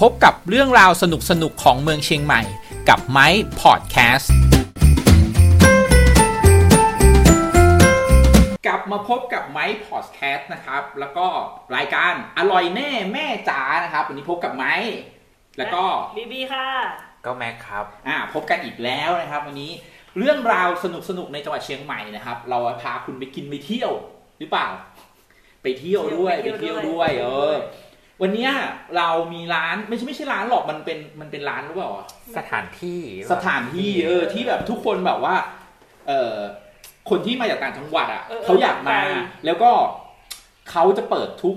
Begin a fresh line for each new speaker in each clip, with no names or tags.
พบกับเรื่องราวสนุกๆ ของเมืองเชียงใหม่ กับไม้พอดแคสต์กลับมาพบกับไม้พอดแคสต์นะครับ แล้วก็รายการอร่อยแน่แม่จ๋านะครับ วันนี้พบกับไม้แล้วก็
บีบีค่ะ
ก็แม็กครับ
อ่าพบกันอีกแล้วนะครับวันนี้เรื่องราวสนุกๆ ในจังหวัดเชียงใหม่นะครับ เราพาคุณไปกินไปเที่ยวหรือเปล่า ไปเที่ยวด้วยไป
ไปเที่
เที่ย
ยว วด้
ด้ว
วย ย
เออ วันเนี้ยเรามีร้านไม่ใช่ไม่ใช่ร้านหรอกมันเป็นมันเป็นร้านหรือเปล่าวะ
สถานที่
สถานที่เออที่แบบทุกคนแบบว่า เออคนที่มาจากต่างจังหวัดอ่ะ
เออเออ
เขาอยากมา
ไป
แล้วก็เขาจะเปิดทุก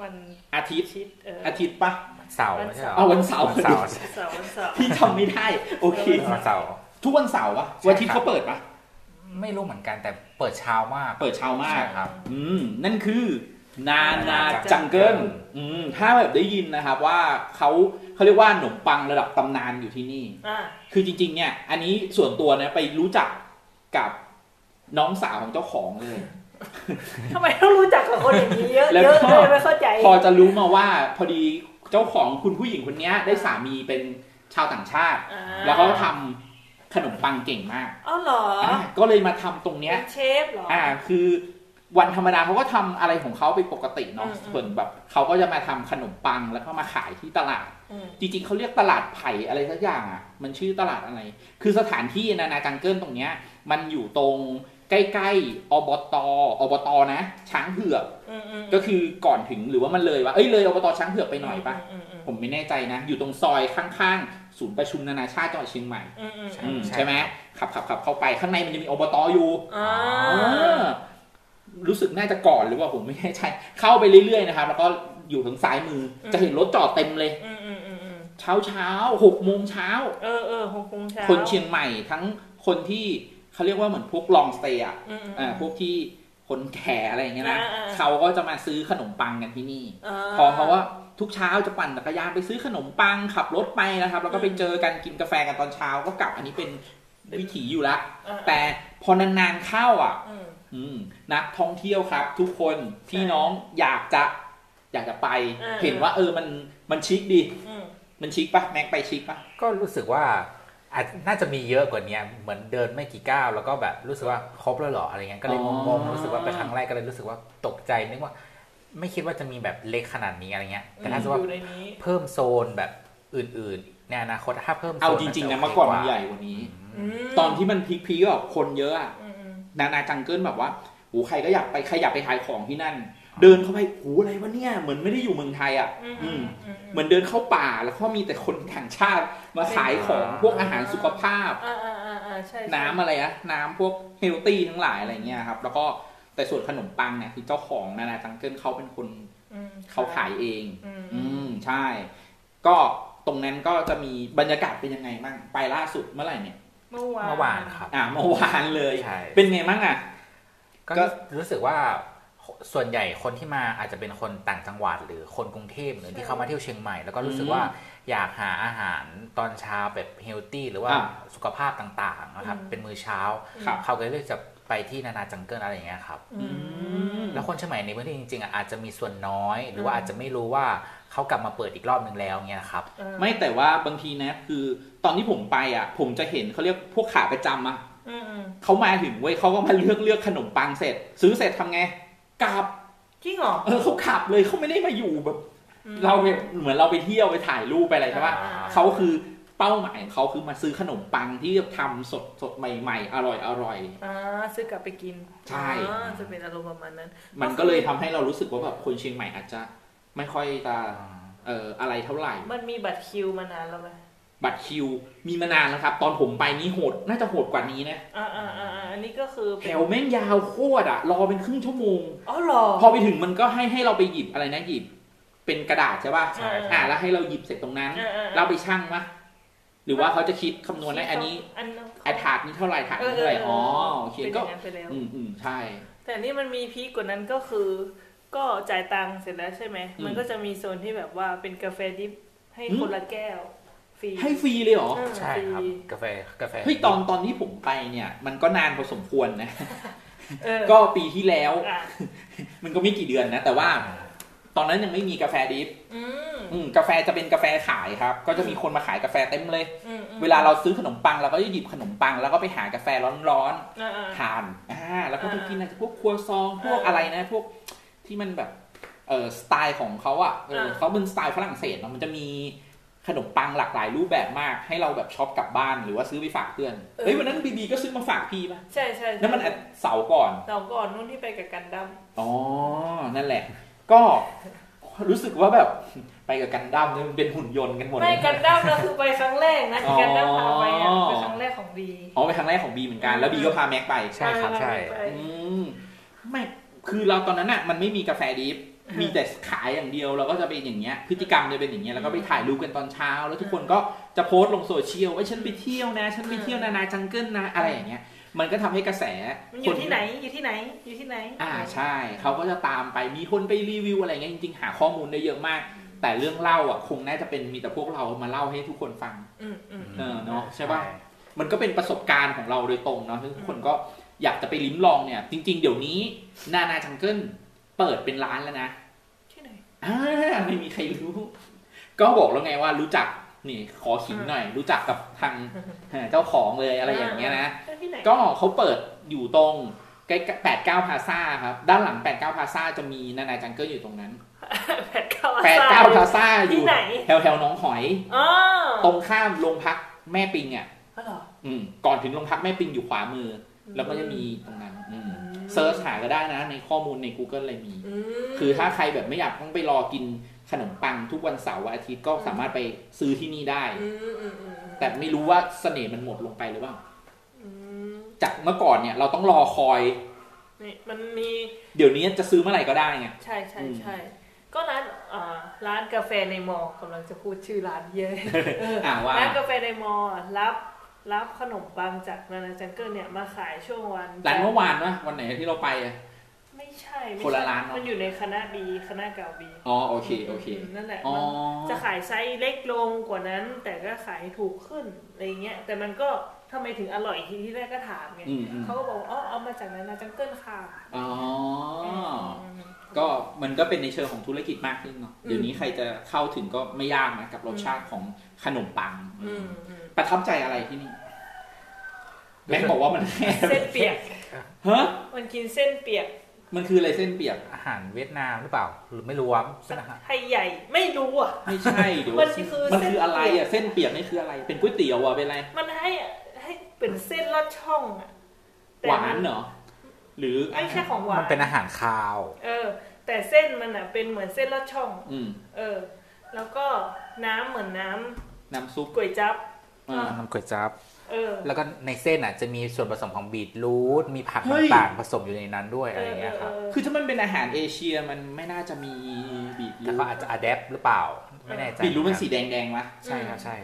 วัน
อาทิตย์
ชิดเอออ
อาทิตย์ปะ
วันเสาร์ไม่ใช่หรอ
เอาวันเสาร์
วันเสาร์
วันเสาร์วันเสาร์
พี่ทำไม่ได้โอเค
เออ
วันเสาร์
ทุกวันเสาร์ปะวันอาทิตย์
ใช่ครับ
เขาเปิดปะ
ไม่รู้เหมือนกันแต่เปิดเช้ามาก
เปิดเช้ามาก
ใช่ครับ
อืม นั่นคือนานา
นานาจั
จัง
งเกิ
เกิล
ล
อืมถ้าแบบได้ยินนะครับว่าเขาเขาเรียกว่าขนมปังระดับตำนานอยู่ที่นี่
อ่ะ
คือจริง ๆ เนี่ย อันนี้ส่วนตัวนะไปรู้จักกับน้องสาวของเจ้าของเลย
ทำไมต้องรู้จักกับคนอย่างนี้เยอะ
แล้ว
เยอะ
ก็
เลยไม่เข้าใจ
พอจะรู้มาว่าพอดีเจ้าของคุณผู้หญิงคนเนี้ย ได้สามีเป็นชาวต่างชาติ
อ่า
แล้วเขาทำขนมปังเก่งมาก
เอ้าเหรอ
อ่ะก็เลยมาทำตรงเนี้ย
เป็นเชฟเหรออ
อ่าคือวันธรรมดาเขาก็ทำอะไรของเขาไปปกติเนาะ
อืมอืม
ส่วนแบบเขาก็จะมาทำขนมปังแล้วก็มาขายที่ตลาด
อืม
จริงๆเขาเรียกตลาดไผ่อะไรสักอย่างอ่ะมันชื่อตลาดอะไร คือสถานที่นานาจังเกิลตรงเนี้ย มันอยู่ตรงใกล้ๆอบตอบตนะ ช้างเผือก
อืมอืม
ก็คือก่อนถึงหรือว่ามันเลยวะเอ้ยเลยอบตช้างเผือกไปหน่อยปะ
อืมอืม
ผมไม่แน่ใจนะ อยู่ตรงซอยข้างๆศูนย์ประชุมนานาชาติจังหวัดเชียงใหม่
อืมอืม
ใช่
อืม
ใช่
ใช่ไหมขับขับขับเข้าไปข้างในมันจะมีอบตอยู่
อ่า
รู้สึกน่าจะก่อนหรือว่าผมไม่แน่ใจเข้าไปเรื่อยๆนะครับ แล้วก็อยู่ทางซ้ายมืออจะเห็นรถจอดเต็มเลย
อืมอืมอืมอืม
เช้าเช้าหกโมงเช้า
เออเออหงคงเช้า
คนเชียงใหม่ทั้งคนที่เขาเรียกว่าเหมือนพวกลองสเตย์อ่ะ
อืมอืม
อ่าพวกที่คนแก่อะไรอย่างเงี้ยนะ
อ่าอ่าอ่า
เขาก็จะมาซื้อขนมปังกันที่นี่
อ่า
พอเขาว่าทุกเช้าจะปั่นจักรยานไปซื้อขนมปังขับรถไปนะครับ แล้วก็ไป
อืม
เจอกันกินกาแฟกันตอนเช้าก็กลับอันนี้เป็นวิถีอยู่ละ
อ่า
แต่พอนานๆเข้าอ่ะ
อืม
อืมนักท่องเที่ยวครับ ทุกคนพี่น้องอยากจะอยากจะไป
อ่า
เห็นว่าเออมันมันชิคดี
อืม
มันชิคปะแม็กไปชิคปะ
ก็รู้สึกว่าอาจน่าจะมีเยอะกว่าเนี้ยเหมือนเดินไม่กี่ก้าวแล้วก็แบบรู้สึกว่าครบแล้วเหรออะไรเงี้ยก็เลยงงๆรู้สึกว่าไปครั้งแรกก็เลยรู้สึกว่าตกใจนึกว่า ไม่คิดว่าจะมีแบบเล็กขนาดนี้อะไรเงี้ยแต่ถ้าสมม
อ
ติ
ยู่
ว่า
ในนี้
เพิ่มโซนแบบอื่นๆในอนาคตถ้าเพิ่มโซน
เอาจริง ๆนะเมื่อก่อนมันใหญ่กว่านี้
ม
ตอนที่มันพีคๆแบบคนเยอะอะ
อืมอืม
นานาจังเกิลแบบว่าโหใครก็อยากไปใครอยากไปขายของที่นั่น เดินเข้าไปโหอะไรวะเนี่ยเหมือนไม่ได้อยู่เมืองไทยอ่ะ
อืม
อื
อื
ม
มอืม
เหมือนเดินเข้าป่าแล้วก็มีแต่คนต่างชาติมาขายของพวกอาหารสุขภาพ
อ่าอ่าอ่าอ่าใช่ใช่
น้ำอะไรอะน้ำพวกเฮลตี้ทั้งหลายอะไรเงี้ยครับ แล้วก็แต่ส่วนขนมปังเนี่ยคือเจ้าของนานาจังเกิลเขาเป็นคน
อืม
เขาขายเอง
อืมอื
อืม
ม
ใช่ ก็ตรงนั้นก็จะมีบรรยากาศเป็นยังไงบ้างไปล่าสุดเมื่อไหร่เนี่ย
เมื่อวาน
เมื่อวานครับ
อ่าเมื่อวานเลย
ใช่
เป็นไงบ้างอ่ะ ก็
ก็รู้สึกว่าส่วนใหญ่คนที่มาอาจจะเป็นคนต่างจังหวัด หรือคนกรุงเทพหรือที่เข้ามาเที่ยวเชียงใหม่ แล้วก็รู้สึกว่าอยากหาอาหารตอนเช้าแบบเฮลตี้หรือว่า
อ่ะ
สุขภาพต่างๆนะครับเป็นมื้อเช้า
ครับ
เขาก็เลือกจะไปที่นานาจังเกิลอะไรอย่างเงี้ยครับ
อืม
แล้วคนเชียงใหม่ในพื้นที่จริงๆอ่ะอาจจะมีส่วนน้อย หรือว่า
อืม
อาจจะไม่รู้ว่าเขากลับมาเปิดอีกรอบนึงแล้วเงี้ยครับ
เออ
ไม่แต่ว่าบางทีนะคือตอนที่ผมไปอ่ะ ผมจะเห็นเขาเรียกพวกขาประจำอ่ะ
อืมอืม
เขามาถึงเว้ยเขาก็มาเลือกเลือกขนมปังเสร็จ ซื้อเสร็จทำไงกลับ
จริงเหรอ
เออเขาขับเลยเขาไม่ได้มาอยู่แบบ
อืม
เราเนี่ยเหมือนเราไปเที่ยวไปถ่ายรูปไปอะไรใช่ปะ
อ่า
เขาคือเป้าหมายของเขาคือมาซื้อขนมปังที่ทำสดสดใหม่ ๆ อร่อยอร่อย
อ่าซื้อกลับไปกิน
ใช่
อ่าจะเป็นอารมณ์ประมาณนั้น
มันก็เลยทำให้เรารู้สึกว่าแบบคนเชียงใหม่อาจจะ ไม่ค่อยจะ
อ่า
เอ่ออะไรเท่าไหร่
มันมีบัตรคิวมานานแล้วไหม
บัตรคิวมีมานานแล้วครับ ตอนผมไปนี่โหดน่าจะโหดกว่านี้นะ
อ่าอ่าอ่าอ่าอันนี้ก็คือ
แถ
เป็น
วแม่งยาวโคตรอะรอเป็นครึ่งชั่วโมง
อ๋อเหรอ
พอไปถึงมันก็ให้ให้เราไปหยิบอะไรนะหยิบ เป็นกระดาษใช่ป่ะ
ใช่ครับ
อ่าแล้วให้เราหยิบเสร็จตรงนั้น
เออเออเออ
เราไปชั่งมะหรือว่าเขาจะคิดคำนวณได้อันนี้
อันนั้น
ไอถาดนี้เท่าไหร่ถาด
เอ
นี้
อเอ
เท่า
อ
ไหร่
เออ
อ๋อโอเค
เป็นอ
ก็
ย่างนั้นไปแล้ว
อืมอืมใช่
แต่นี่มันมีพีกกว่านั้นก็คือ ก็จ่ายตังค์เสร็จแล้วใช่ไหม
อืม
มันก็จะมีโซนที่แบบว่าเป็นกาแฟดิบให้
อืม
คนละแก้วฟรี
ให้ฟรีเลยเหรอ
อ่า
ใช่ครับ
ฟ
กาแฟกาแฟ
เฮ้ยตอนตอนที่ผมไปเนี่ย มันก็นานพอสมควรนะ
เออ
ก็ปีที่แล้ว
อ่ะ
มันก็ไม่กี่เดือนนะ แต่ว่า ตอนนั้นยังไม่มีกาแฟดิฟ
อืม
อืมกาแฟจะเป็นกาแฟขายครับ ก็จะมีคนมาขายกาแฟเต็มเลย
อืมอืม
เวลาเราซื้อขนมปังเราก็จะหยิบขนมปัง แล้วก็ไปหากาแฟร้อน
อ่าอ่า
ๆทานอ่าแล้วก็ไป
อ่ากิ
กินอะไรพวกครัวซองพวก
อ่า
อะไรนะ พวกที่มันแบบเออสไตล์ของเขาอ่ะเอออา เขาเป็นสไตล์ฝรั่งเศสเนอะมันจะมีขนมปังหลากหลายรูปแบบมาก ให้เราแบบช็อปกลับบ้านหรือว่าซื้อไปฝากเพื่อนเฮ้ยวันนั้นบีบีก็ซื้อมาฝากพี่ป่ะ
ใช่ใช่ใช่
นั่นมันอาทิตย์เสาร์ก่อน
เราก่อนนู่นที่ไปกับกันดั้ม
อ๋อ นั่นแหละ ก็รู้สึกว่าแบบไปกับกันดั้มเนี่ยมันเป็นหุ่นยนต์กันหมดเล
ไม่
ย
กันดั้มเราคือไปครั้งแรกนะที่กันดั้มพาไปอ่ะ
อ๋อ
เป็นครั้งแรกของดี
อ๋อไปครั้งแรกของบีเหมือนกัน แล้วบีก็พาแม็กไป
ใช่ครับใช่
ไป
อืมไม่คือเราตอนนั้นอ่ะมันไม่มีกาแฟดิฟมีแต่ขายอย่างเดียวเราก็จะเป็นอย่างเงี้ยพฤติกรรมจะเป็นอย่างเงี้ยแล้วก็ไปถ่ายรูปกันตอนเช้า แล้วทุกคนก็จะโพสต์ลงโซเชียลว่าฉันไปเที่ยวนะ ฉันไปเที่ยวนานาจังเกิลนะอะไรอย่างเงี้ยมันก็ทำให้กระแส
มันอยู่ที่ไหนอยู่ที่ไหนอยู่ที่ไหน
อ่าใช่เขาก็จะตามไปมีคนไปรีวิวอะไรเงี้ยจริงๆหาข้อมูลได้เยอะมาก แต่เรื่องเล่าอ่ะคงน่าจะเป็นมีแต่พวกเรามาเล่าให้ทุกคนฟัง
อืมอืม
เออเนอะใช่ปะ มันก็เป็นประสบการณ์ของเราโดยตรงเนาะซึ่งทุกคนก็อยากจะไปลิ้มลองเนี่ย จริง ๆ เดี๋ยวนี้ นานาจังเกิลเปิดเป็นร้านแล้วนะ
ที่ไหน
อ่าไม่มีใครรู้ ก็บอกแล้วไงว่ารู้จักนี่ขอขิงหน่อย รู้จักกับ ทางเอ่อเจ้าของเลยอะไรอย่างเงี้ยนะ
เอ้ยที่ไหน
ก็เขาเปิดอยู่ตรงใกล้แปดเก้าพาซาครับ ด้านหลังแปดเก้าพาซาจะมีนานาจังเกิลอยู่ตรงนั้น
แปดเก้า
แปดเก้าพา
อาสา
ซาอ
ที่
ยู่
ไหน
แถวแถวๆหนองหอย
อ๋อ
ตรงข้ามโรงพักแม่ปิงอ่ะ
อ๋อเหรอ
อืมก่อนถึงโรงพักแม่ปิงอยู่ขวามืออ
ม
แล้วก็จะมีตรงนั้นอืม
อืม
เซิร์ชหาก็ได้นะ ในข้อมูลใน Google อะไรมี
อืม
คือถ้าใครแบบไม่อยากต้องไปรอกินขนมปังทุกวันเสาร์วันอาทิตย์ก็สามารถไปซื้อที่นี่ได้
อืมอืมอืมอืม
แต่ไม่รู้ว่าเสน่ห์มันหมดลงไปหรือเปล่า
อืม
จากเมื่อก่อนเนี่ยเราต้องรอคอย
นี่มันมี
เดี๋ยวนี้จะซื้อเมื่อไหร่ก็ได้ไง
ใช่ใช่
อืม
ใช่ก็ร้านอ่าร้านกาแฟในมอกำลังจะพูดชื่อร้านเยอะเออ
อ่าว่า
ร้านกาแฟในมอรับรับขนมปังจากนานาจังเกิลเนี่ยมาขายช่วงวัน
ร้านเมื่อวานวะวันไหนที่เราไปอะ
ไม่ใช่ไม่ใช่
คนละร้านเนอะ
มันอยู่ในคณะบีคณะเก่าบี
อ๋อโอเคโอเค
มนั่นแหละ
อ๋อ
มัน จะขายไซส์เล็กลงกว่านั้น แต่ก็ขายถูกขึ้นอะไรเงี้ยแต่มันก็ทำไมถึงอร่อยทีที่แรกก็ถามไง
อืมอืม
เขาก็บอกว่าอ๋อเอามาจากนั้นนะจังเกิลค่ะ
อ๋อ
ม
ก็มันก็เป็นในเชิงของธุรกิจมากขึ้นเนาะ
อืม
เดี๋ยวนี้ใครจะเข้าถึงก็ไม่ยากนะกับรสชาติของขนมปัง
อืมอืม
ประทับใจอะไรที่นี่แม็กบอกว่ามันแห้ง
เส้นเปียก
ฮะ
มันกินเส้นเปียก
มันคืออะไรเส้นเปียก
อาหารเวียดนามหรือเปล่า หรือไม่รู้ว่าใช่ไหมฮะ
ไทยใหญ่ไม่รู้อ่ะ
ไม่ใช่เดี๋ยว
มันคือ
มัน
เส้น
คืออะไรอ่ะเส้นเปียกนี่คืออะไร เป็นก๋วยเตี๋ยวอ่ะเป็นอะไร
มันให้ให้เป็นเส้นลอดช่องอ่ะแต่
หวา
มัน
เหรอหรือ
ไม่ใช่ของหวา
มัน นเป็นอาหารคาว
เออ แต่เส้นมันอ่ะเป็นเหมือนเส้นลอดช่อง
อืม
เออ แล้วก็น้ำเหมือนน้ำ
น้ำซุป
ก๋วยจั๊บ
อ่า
อ่า
น้ำก๋วยจั๊บ
เออ
แล้วก็ในเส้นอ่ะจะมีส่วนผสมของบีทรูทมีผัก
เฮ้ย
ต่างๆผสมอยู่ในนั้นด้วยอะไรอย่างเงี้ยครับ
เออเออเออ
คือถ้ามันเป็นอาหารเอเชียมันไม่น่าจะมีบีทรู
แต่เขาอาจจะอัดแอปหรือเปล่า ไม่แน่ใจ
บีทรูมันสีแดงแดงๆมะ
ใช่ครับใช่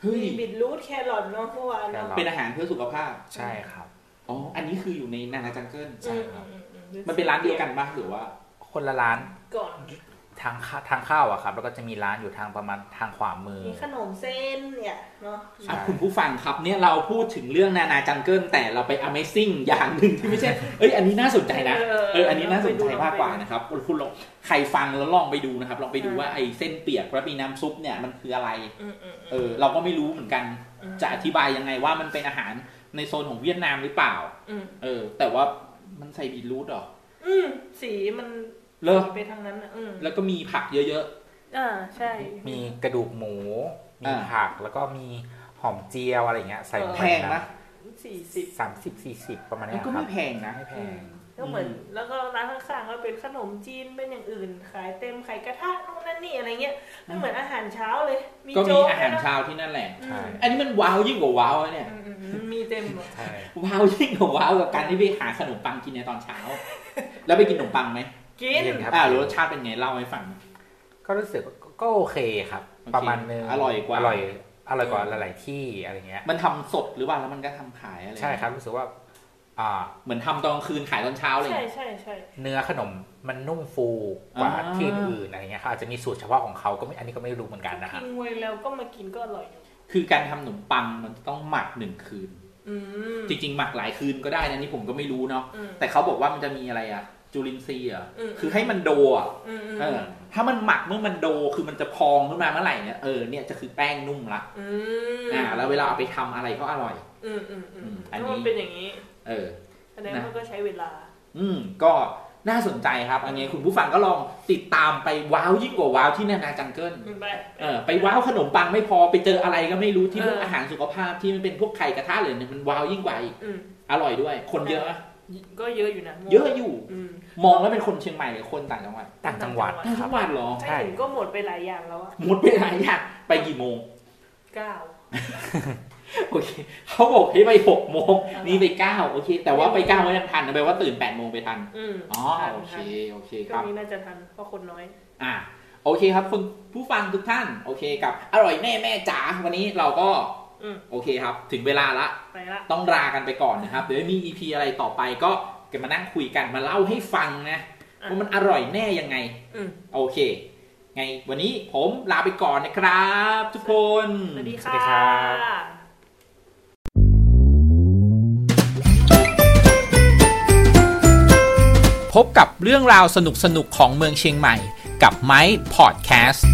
เฮ้ย
มีบิดรูทแครอทเนาะเมื่อวาน
แคร
เนาะ
อท
เป็นอาหารเพื่อสุขภาพ
ใช่ครับ
อ๋ออันนี้คืออยู่ในนานาจังเกิล
ใช่ครับ
อือือื
มันเป็นร้านเดียวกันปะหรือว่า
คนละร้าน
ก่อน
ทางเข้าทางเข้าอะครับ แล้วก็จะมีร้านอยู่ทางประมาณทางขวามือ
มีขนมเส้นเนี่ยเนาะ
ใช่
อ่ะคุณผู้ฟังครับเนี่ยเราพูดถึงเรื่องนานาจังเกิลแต่เราไป Amazing อย่างหนึ่งที่ไม่ใช่ เอ้ยอันนี้น่าสนใจนะ เอออันนี้น่าสนใจมากกว่านะครับคุณคุณลองใครฟังแล้วลองไปดูนะครับ ลองไปดูว่าไอ้เส้นเปียกแล้วมีน้ำซุปเนี่ยมันคืออะไร
อืมอืม
เออเราก็ไม่รู้เหมือนกัน
อืม
จะอธิบายยังไงว่ามันเป็นอาหารในโซนของเวียดนามหรือเปล่า
อืม
เออ แต่ว่ามันใส่บีทรูทเหรอ
อืมสีมัน
เลอะ
ไปทางนั้นอ่ะอืม
แล้วก็มีผักเยอะ
อ่าใช่
มีกระดูกหมู มี
อ่า
ผักแล้วก็มีหอมเจียวอะไรอย่างเงี้ยใส่ล
ๆ
ไป
แพงนะ
สี่สิบ
สามสิบสี่สิบประมาณ
มั
เนี้
น
ยค
ก็
รับ
ไม่แพงนะ
ไม่แพง
ก็เหมือน
อืม
แล้วก็ร้านข้างๆก็เป็นขนมจีนเป็นอย่างอื่น ขายเต็มไข่กระทะนู่นนั่นนี่อะไรเงี้ยมันเหมือนอาหารเช้าเลย มี
ก็มี
โจ๊ก
อาหาร
ด้วยนะ
เช้าที่นั่นแหละ
อื
ใช่
ม
อันนี้มันว้าวยิ่งกว่าว้าวอะเนี่ย
อืมอืมอืมมีเต็มหมด
ใช่
ว้าวยิ่งกว่าว้าวกับการที่ไปหาขนมปังกินในตอนเช้า แล้วไปกินขนมปังไหม
กิน
เย็นครับ
อ่าแล้วรสชาติเป็นไงเล่าให้ฟัง
ก็รู้สึกว่าก็โอเคครับ
โอเค
ประมาณนึง
อร่อยกว่า
อร่อยอร่อยกว่าหลายๆที่อะไรเงี้ย
มันทำสดหรือเปล่าแล้วมันก็ทำขายอะไร
ใช่ครับรู้สึกว่าอ่า
เหมือนทำตอนกลางคืนขายตอนเช้าเลย
ใช่ใช่ใช่
เนื้อขนมมันนุ่มฟูกว่า
อ่า
ที่อื่นอะไรเงี้ยเขาอาจจะมีสูตรเฉพาะของเขาก็ไม่อันนี้ก็ไม่รู้เหมือนกันนะครับ
ทิ้งไว้แล้วก็มากินก็อร่อยอยู่
คือการทำขนมปังมันต้องหมักหนึ่งคืน
อืม
จริงๆหมักหลายคืนก็ได้นะนี่ผมก็ไม่รู้เนาะ
อืม
แต่เขาบอกว่ามันจะมีอะไรอะ จุลินทรีย์เหรอ
อืม
คือให้มันโดอ่ะ
อืมอืม
เออ ถ้ามันหมักเมื่อมันโดคือมันจะพองขึ้นมาเมื่อไหร่เนี่ยเออเนี่ยจะคือแป้งนุ่มละ
อืม
อ่าแล้วเวลาเอาไปทำอะไรก็อร่อย
อืมอืมอืม
อันนี้
ถ้ามันเป็นอย่างนี้
เออ
อันนี้
นะ
มันก็ใช้เวลา
อืมก็น่าสนใจครับ อันนี้คุณผู้ฟังก็ลองติดตามไปว้าวยิ่งกว่าว้าวที่นานาจังเกิล
ไป
เออไปว้าวขนมปังไม่พอไปเจออะไรก็ไม่รู้ที่พวก
เอออ
อาหารสุขภาพที่มันเป็นพวกไข่กระทะเลยเนี่ยมันว้าวยิ่งกว่าอีก
อืม
อร่อยด้วย คนเยอะปะ
ก็เยอะอยู่นะ
เยอะอยู่
อืม
มองแล้วเป็นคนเชียงใหม่หรือคนต่างจังหวัด
ต่างจังหวัด
ต่าง
ครั
จั
บ
งหวัดเหรอ
ใช่
ใช่ถึงก็หมดไปหลายอย่างแล้วอะ
หมดไปหลายอย่างไปกี่โมง
เก้า
โอเคเขาบอกให้ไปหกโมง
อ
นี่ไปเก้าโอเค แต่ว่าไปเก้าไม่ทันนะแปลว่าตื่นแปดโมงไปทัน
อืม
อ๋อ
ทัน
โอเค
ทัน
โอเคค
ช่ว
รั
ง
บ
นี้น่าจะทันเพราะคนน้อย
อ่ะโอเคครับคุณผู้ฟังทุกท่านโอเคกับอร่อยแม่แม่จ๋าวันนี้เราก็
อืม
โอเคครับ ถึงเวลาละ
ไปละ
ต้องลากันไปก่อนนะครับเดี๋ยวมี EP อะไรต่อไปก็เกันมานั่งคุยกันมาเล่าให้ฟังนะ
อ่ะ
ว่ามันอร่อยแน่ยังไง
อืม
โอเค ไงวันนี้ผมลาไปก่อนนะครับ ทุกคน
สวัสดี
ส
ค่
วัสดีครั
ะ
พบกับเรื่องราวสนุกๆของเมืองเชียงใหม่กับไม้พอดแคสต์